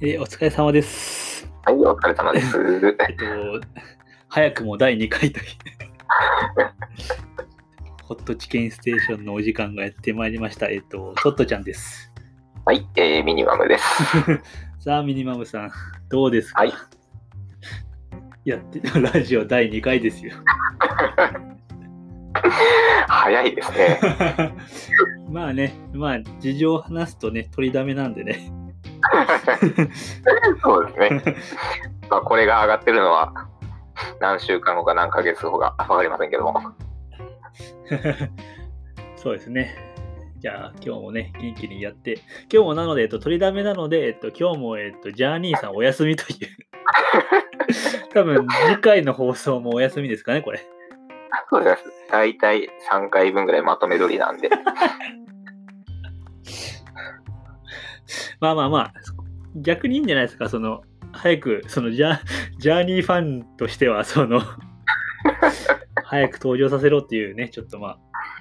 えーお疲れ様です。はい、お疲れ様です。 えっと、早くも第2回という。ホットチキンステーションのお時間がやってまいりました。えっと、トットちゃんです。はい、えー、ミニマムです。 さあ、ミニマムさん、どうですか、はいやって たラジオ第2回 ですよ。早いですね。まあね、まあ、事情を話すとね、取りだめなんでね。そうですね。まあ、これが上がってるのは、何週間後か何ヶ月後かわかりませんけども。 そうですね。じゃあ、今日もね、元気にやって、今日もなので、えっと、取りだめなので、えっと、今日も、えっと、ジャーニーさんお休みという。多分、次回の放送もお休みですかね、これ。そうですね。大体3回分ぐらいまとめ撮りなんで。まあまあまあ、逆にいいんじゃないですか、その、早く、そのジャ、ジャーニーファンとしては、その、早く登場させろっていうね、ちょっとまあ、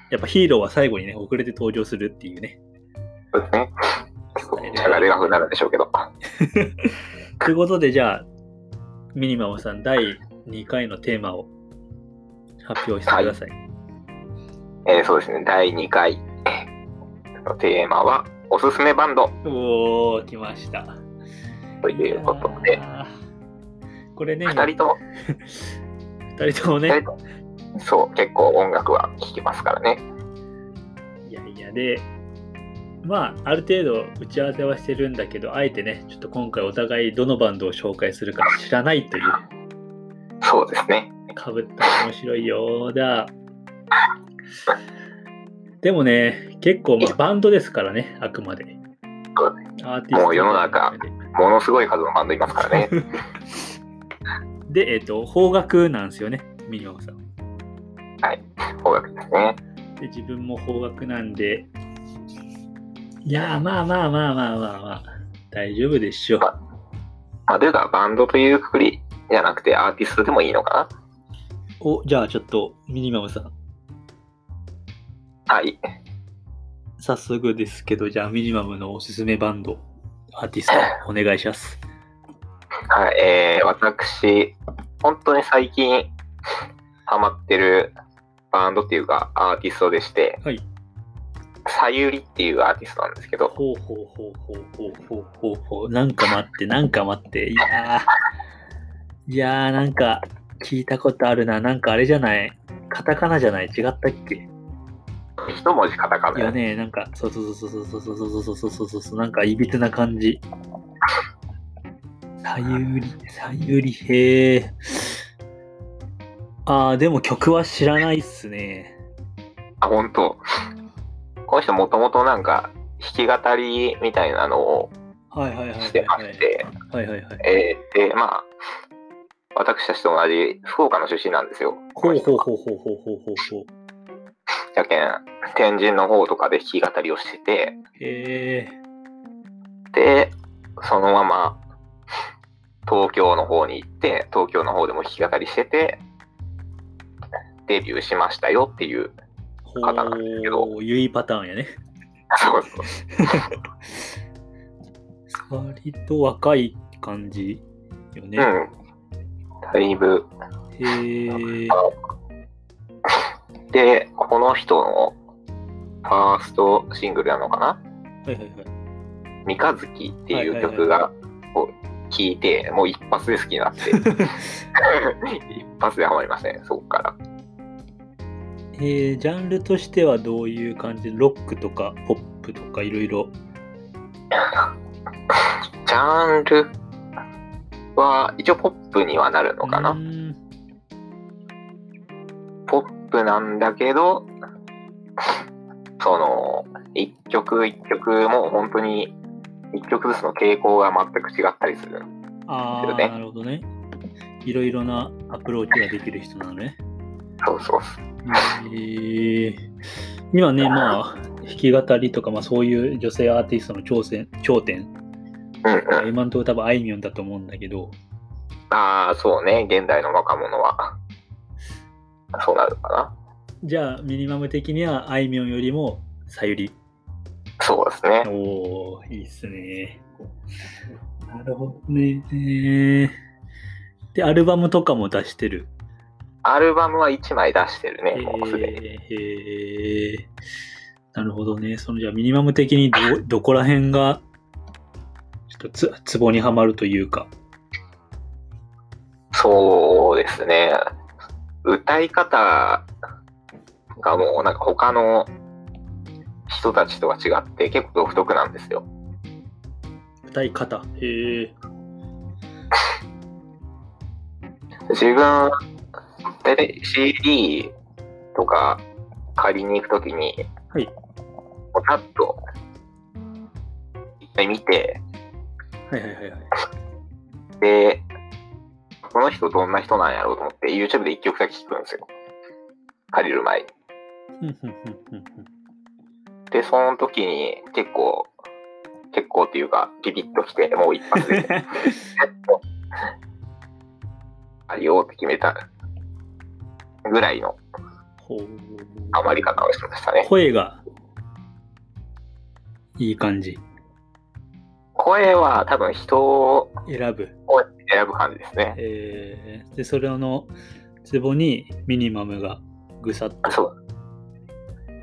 やっぱヒーローは最後にね、遅れて登場するっていうね。そうですね。しゃがれがふなるんでしょうけど。ということで、じゃあ、ミニマムさん、第2回のテーマを発表してください。えー、そうですね。第2回のテーマは、おすすめバンドおー、来ました。ということで、やーこれね、 2人とも、二人とも二ね人、ともそう、結構音楽は聴きますからね。いやいやで、まあ、ある程度打ち合わせはしてるんだけど、あえてね、ちょっと今回お互いどのバンドを紹介するか知らないという、そうですね。かぶったら面白いようだ。でもね、結構、まあ、バンドですからね、あくまで。アーティストもう世の中でものすごい数のバンドいますからね。で、えっ、と、邦楽なんですよね、ミニマムさん。音楽ですね。で、自分も邦楽なんで、いやー、まあまあまあまあまあまあ、大丈夫でしょう。まあ、というか、バンドというくくりじゃなくて、アーティストでもいいのかお、じゃあちょっと、ミニマムさん、なはい。早速ですけど、じゃあミニマムのおすすめバンド、アーティス ト、お願いします。はい、えー、私、本当に最近、ハマってるバンドっていうか、アーティストでして、はい。さゆりっていうアーティストなんですけど、ほうほうほうほうほうほうほうほう、なんか待って、なんか待って、いやー、いやー、なんか、聞いたことあるな、なんかあれじゃない、カタカナじゃない、違ったっけ一文字カタカいやナ。ね、なんか、そうそうそうそうそうそうそうそうそうそうそう、なんかいびつな感じ。さゆり、さゆり、へえ。あー、でも曲は知らないっすね。あ、本当。この人もともとなんか、弾き語りみたいなのをはいはいはいはい、してまして、はいはいはい。えー、で、まあ、私たちと同じ福岡の出身なんですよ。ほうほうほうほうう。ほうほうほうほう。やけん、天神の方とかで弾き語りをしてて、へえ。で、そのまま東京の方に行って、東京の方でも弾き語りしてて、デビューしましたよっていう、ほ方なんですけどう、ゆいパターンやね。そうそう割と若い感じよね。うん。だいぶ。へえ。で、この人のファーストシングルなのかなはいはいはい。三日月ってはいいはういはい曲が、こう、聴いて、もう一発で好きに なって、一発でハマりましたね、そこから。えージャンルとしてはどういう感じロックとかポップとかいろいろ。ジャンルは一応ポップにはなるのかな、うーんポップなんだけどその一曲一曲もう本当に一曲ずつの傾向が全く違ったりするあであ、すよねなるほどね。いろいろなアプローチができる人なのね。そうそうえー今ね、まあ、弾き語りとか、まあ、そういう女性アーティストの頂点、頂点うんうん今のところ多分あいみょんだと思うんだけど、ああそうね現代の若者はそうなるのかなじゃあ、ミニマム的にはあいみょんよりもさゆり。そうですね。おー、いいっすね。なるほどね。えーで、アルバムとかも出してる。アルバムは1枚出してるえね、もうすでに。ーえーなるほどね。そのじゃあミニマム的にどどこら辺がちょっとつツボにはまるというか。そうですね。歌い方がもうなんか他の人たちとは違って結構独特なんですよ。歌い方。へえ。自分、大体 CD とか借りに行くときに、はいもうパッと一回見て、はいはいはいはい。で、この人どんな人なんやろうと思って YouTube で一曲だけ聴くんですよ。借りる前ふに。んふんふんふんふんで、その時に結構、結構っていうか、ビビッときて、もう一発で ありようって決めたぐらいのほうハマり方をしましたね。声がいい感じ。声は多分人を選ぶ。選ぶ感じですね。えーで、それのツボにミニマムがぐさっと。そう。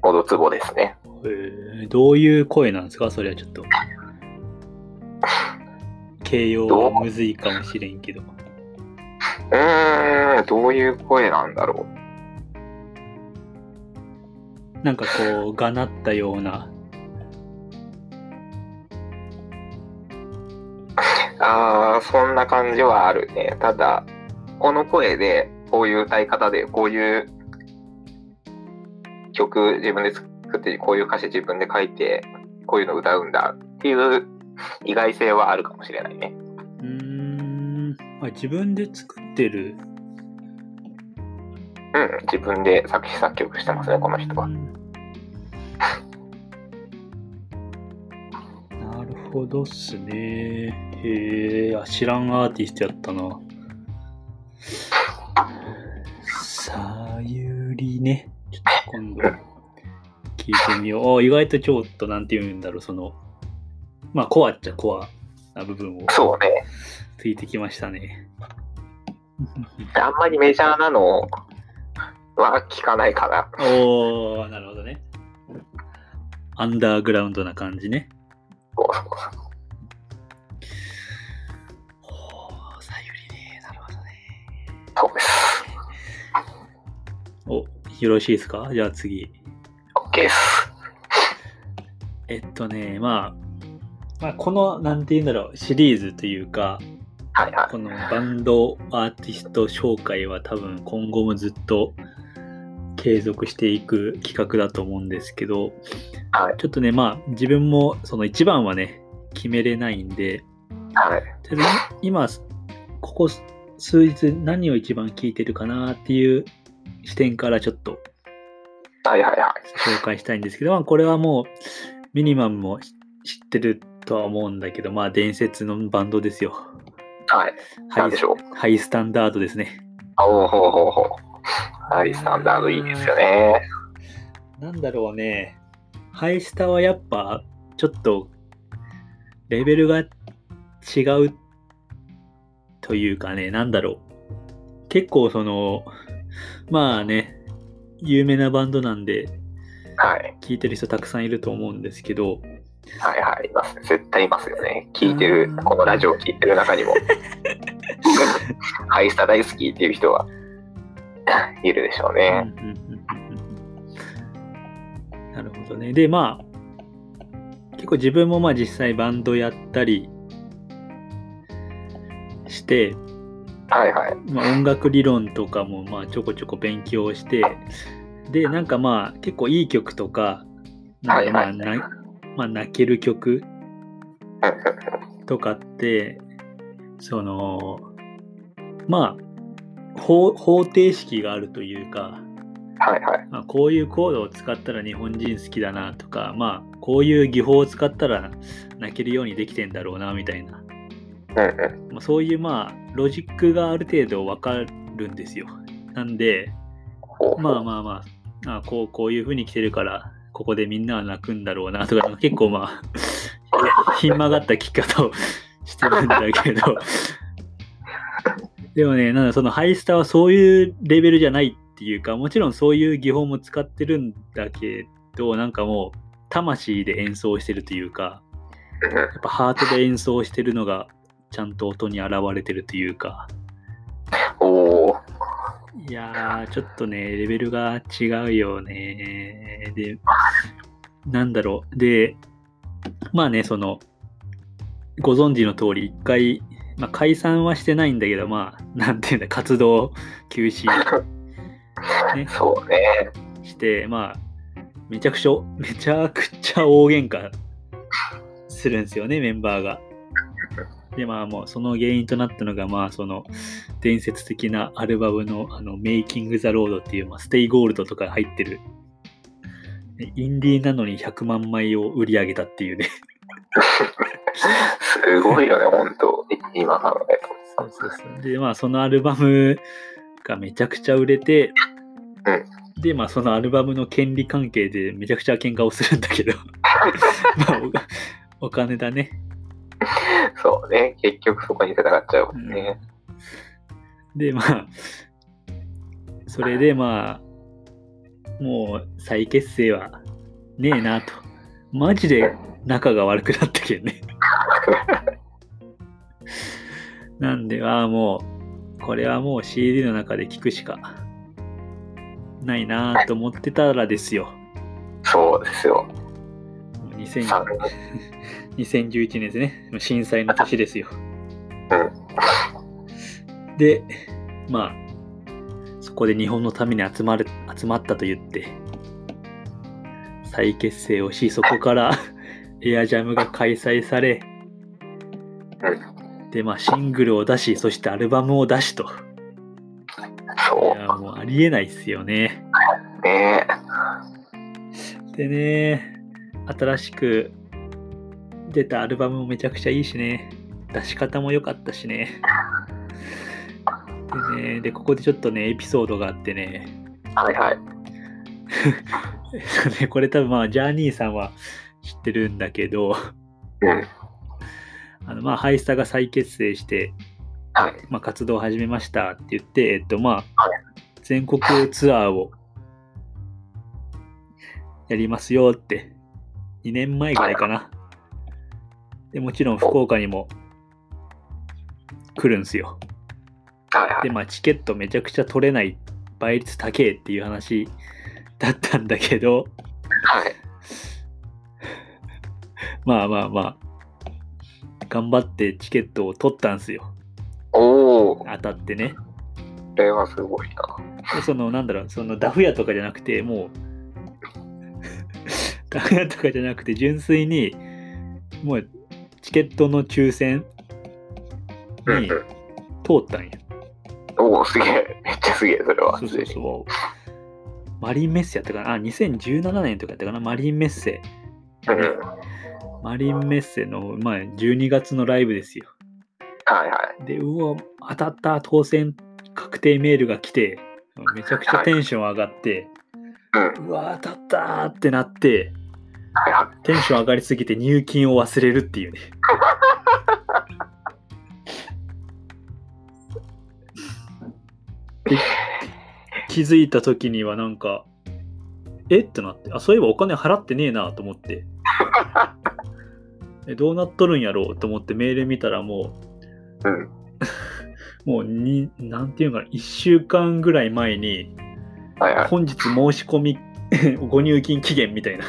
モドツボですね。えーどういう声なんですかそれはちょっと。形容はむずいかもしれんけど。うーん、どういう声なんだろう。なんかこう、がなったような。あー、そんな感じはあるね。ただ、この声で、こういう歌い方で、こういう曲自分で作って、こういう歌詞自分で書いて、こういうの歌うんだっていう意外性はあるかもしれないね。うーん。あ自分で作ってる。うん、自分で作詞作曲してますね、この人はう。ん なるほどっすね。へえ、あ知らんアーティストやったな。さゆりね。ちょっと今度聞いてみよう。あ意外とちょっとなんて言うんだろう、その、まあコアっちゃコアな部分をそうね。ついてきましたね。あんまりメジャーなのは聞かないかな。おー、なるほどね。アンダーグラウンドな感じね。そうそうそうおお、さゆりね。なるほどね。そうです。お、よろしいですかじゃあ次。 OK です。えっとね、まあ、まあ、この、なんて言うんだろう、シリーズというか、はいはい。このバンドアーティスト紹介は多分今後もずっと継続していく企画だと思うんですけど、はいちょっとね、まあ、自分もその一番はね、決めれないんで、はい。とりあえず今ここ数日何を一番聞いてるかなっていう視点からちょっとはいはいはい。紹介したいんですけど、まあ、これはもうミニマムも知知ってるとは思うんだけどまあ伝説のバンドですよはい。ハなんイでしょうハイスタンダードですねおおほうほうほう。はい、スタンダードいいですよね。なんだろうねハイスタはやっぱちょっとレベルが違うというかねなんだろう結構そのまあね有名なバンドなんではい。聴いてる人たくさんいると思うんですけどはいはい。います。絶対いますよね。聞いてる、このラジオ聞いてる中にも。ハイスタ大好きっていう人は、いるでしょうね。うんうんうんうんなるほどね。で、まあ、結構自分もまあ実際バンドやったりして、はいはい。まあ、音楽理論とかもまあちょこちょこ勉強して、で、なんかまあ結構いい曲とか、なんかまあはいなまあ泣ける曲うんとかって、その、まあ、方方程式があるというか、はいはい。まあ、こういうコードを使ったら日本人好きだなとか、まあ、こういう技法を使ったら泣けるようにできてんだろうなみたいな、うんうん。まあ、そういうまあロジックがある程度わかるんですよなんでほうほうまあまあまああこうこういう風に来てるからここでみんなは泣くんだろうなとか、結構まあ、 ひん曲がった聞き方をしてるんだけど、 でもね、なんだそのハイスタはそういうレベルじゃないっていうか、もちろんそういう技法も使ってるんだけど、なんかもう、魂で演奏してるというか、うんやっぱハートで演奏してるのが、ちゃんと音に現れてるというか、おーいやー、ちょっとね、レベルが違うよね。で、なんだろう。で、まあね、その、ご存知の通り、一回、まあ、解散はしてないんだけど、まあ、なんていうんだ、活動休止、ね、そうね。して、まあ、めちゃくちゃ、めちゃくちゃ大喧嘩するんですよね、メンバーが。で、まあもう、その原因となったのが、まあ、その、伝説的なアルバムの、あの、メイキング・ザ・ロードっていう、まあ、ステイ・ゴールドとか入ってる、ねインディーなのに100万枚を売り上げたっていうね。すごいよね、本当今考えたそうそうそうでまあそのアルバムがめちゃくちゃ売れて、でまあそのアルバムの権利関係でめちゃくちゃ喧嘩をするんだ けどまあおお金だねら。そうね。結局そこに戦っちゃうもんね。でまあそれでまあもう再結成はねえなとマジで仲が悪くなったけどね なんではもうこれはもう CD の中で聞くしかないなと思ってたらですよそうですよ。 2000三年2011年ですね震災の年ですようん。でまあそこで日本のために集まる集まったと言って再結成をしそこから エアジャムが開催されでまあシングルを出しそしてアルバムを出しといそやもうありえないっすよねうね。でね新しく出たアルバムもめちゃくちゃいいしね出し方も良かったしねでねでここでちょっとねエピソードがあってね はいはい。ねこれ多分まあジャーニーさんは知ってるんだけどうん。あのまあハイスタが再結成して、はい。まあ、活動を始めましたって言ってえっとまあは全国ツアーをやりますよって2年前ぐらいかなでもちろん福岡にも来るんすよはいはでい。まあチケットめちゃくちゃ取れない倍率高えっていう話だったんだけどはい。まあまあまあ、頑張ってチケットを取ったんすよ。おお、こ当たってね。れはすごいな。でその、なんだろう、そのダフ屋とかじゃなくて、もう、 ダフ屋とかじゃなくて、純粋に、もう、チケットの抽選うんにうん。通ったんや。おお、すげえ。めっちゃすげえ、それは。そうそうそう。マリンメッセやったかなあ、2017年とかやったかなマリンメッセ。うんうん。マリンメッセの、まあ、12月のライブですよ。はいはい。で、うわ、当たった、当選確定メールが来て、めちゃくちゃテンション上がって、うん。うわ、当たったーってなって、はいはテンション上がりすぎて入金を忘れるっていうね。で気づいた時にはなんか、えってなって、あ、そういえばお金払ってねえなと思って。え、どうなっとるんやろうと思ってメール見たらもう、い。うん。 もうに、なんていうのかな、1週間ぐらい前に、はいはい。本日申し込み、 ご入金期限みたいな。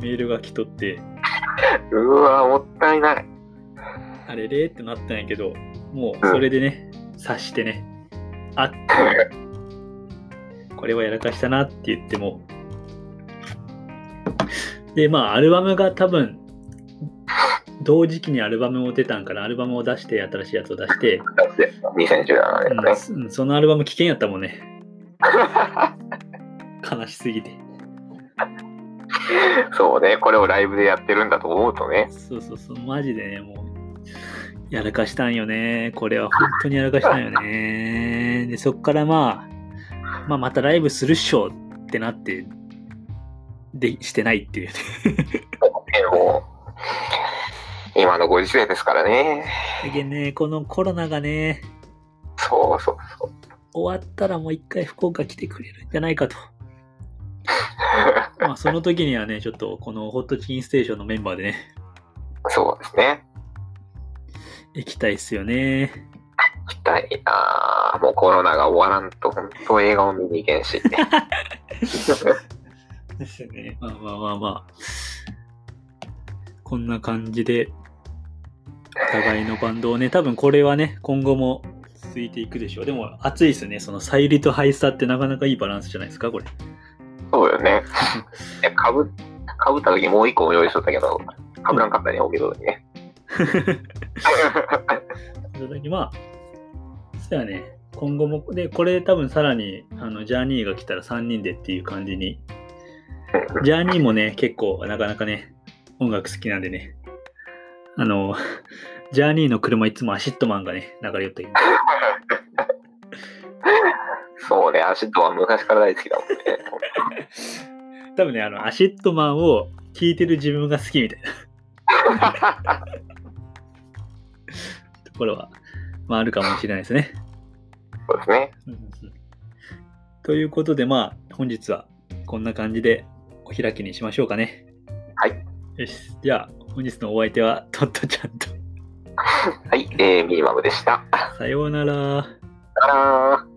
メールが来とって、うわ、もったいない。 あれれってなったんやけど、もうそれでね、察してね、あこれはやらかしたなって言っても。で、まあ、アルバムが多分、同時期にアルバムを出たんから、アルバムを出して、新しいやつを出して、だって、2017年だね。うん、そのアルバム危険やったもんね悲しすぎてそうね、これをライブでやってるんだと思うとね。そうそうそうマジでねもうやらかしたんよねこれは本 当にやらかしたんよねでそっからまあ、まあ、またライブするっしょっってなって、で、してない っていうね。でも、今のご時世ですからね。だけどね、このコロナがね、そうそう そう。終わったらもう一回福岡来てくれるんじゃないかと。まあ、その時にはね、ちょっとこのホットチキンステーションのメンバーでね、そうですね。行きたいっすよね。行きたいなあもうコロナが終わらんと、本当映画を見に行けん し。ですね。まあまあまあまあ。こんな感じで、お互いのバンドをね、多分これはね、今後も続いていくでしょう。でも熱いですね。そのサイリとハイスタってなかなかいいバランスじゃないですか、これ。そうよね。いやかぶ、かぶった時もう一個も用意しとったけど、かぶらんかったね、お見事にね。その時まあ、そうやね、今後も、で、これ多分さらに、あの、ジャーニーが来たら3人でっていう感じに、ジャーニーもね、結構、なかなかね、音楽好きなんでね、あの、ジャーニーの車いつもアシットマンがね、流れ寄ってきてそうね、アシッドは昔から大好きだもんね。多分ね、あの、アシットマンを聴いてる自分が好きみたいなところは、まあ、あるかもしれないですね。そうですね。ということで、まあ、本日はこんな感じでお開きにしましょうかね。はい。よし。じゃあ、本日のお相手は、トットちゃんと。はい、えー、ミニマムでした。さようなら。あらー。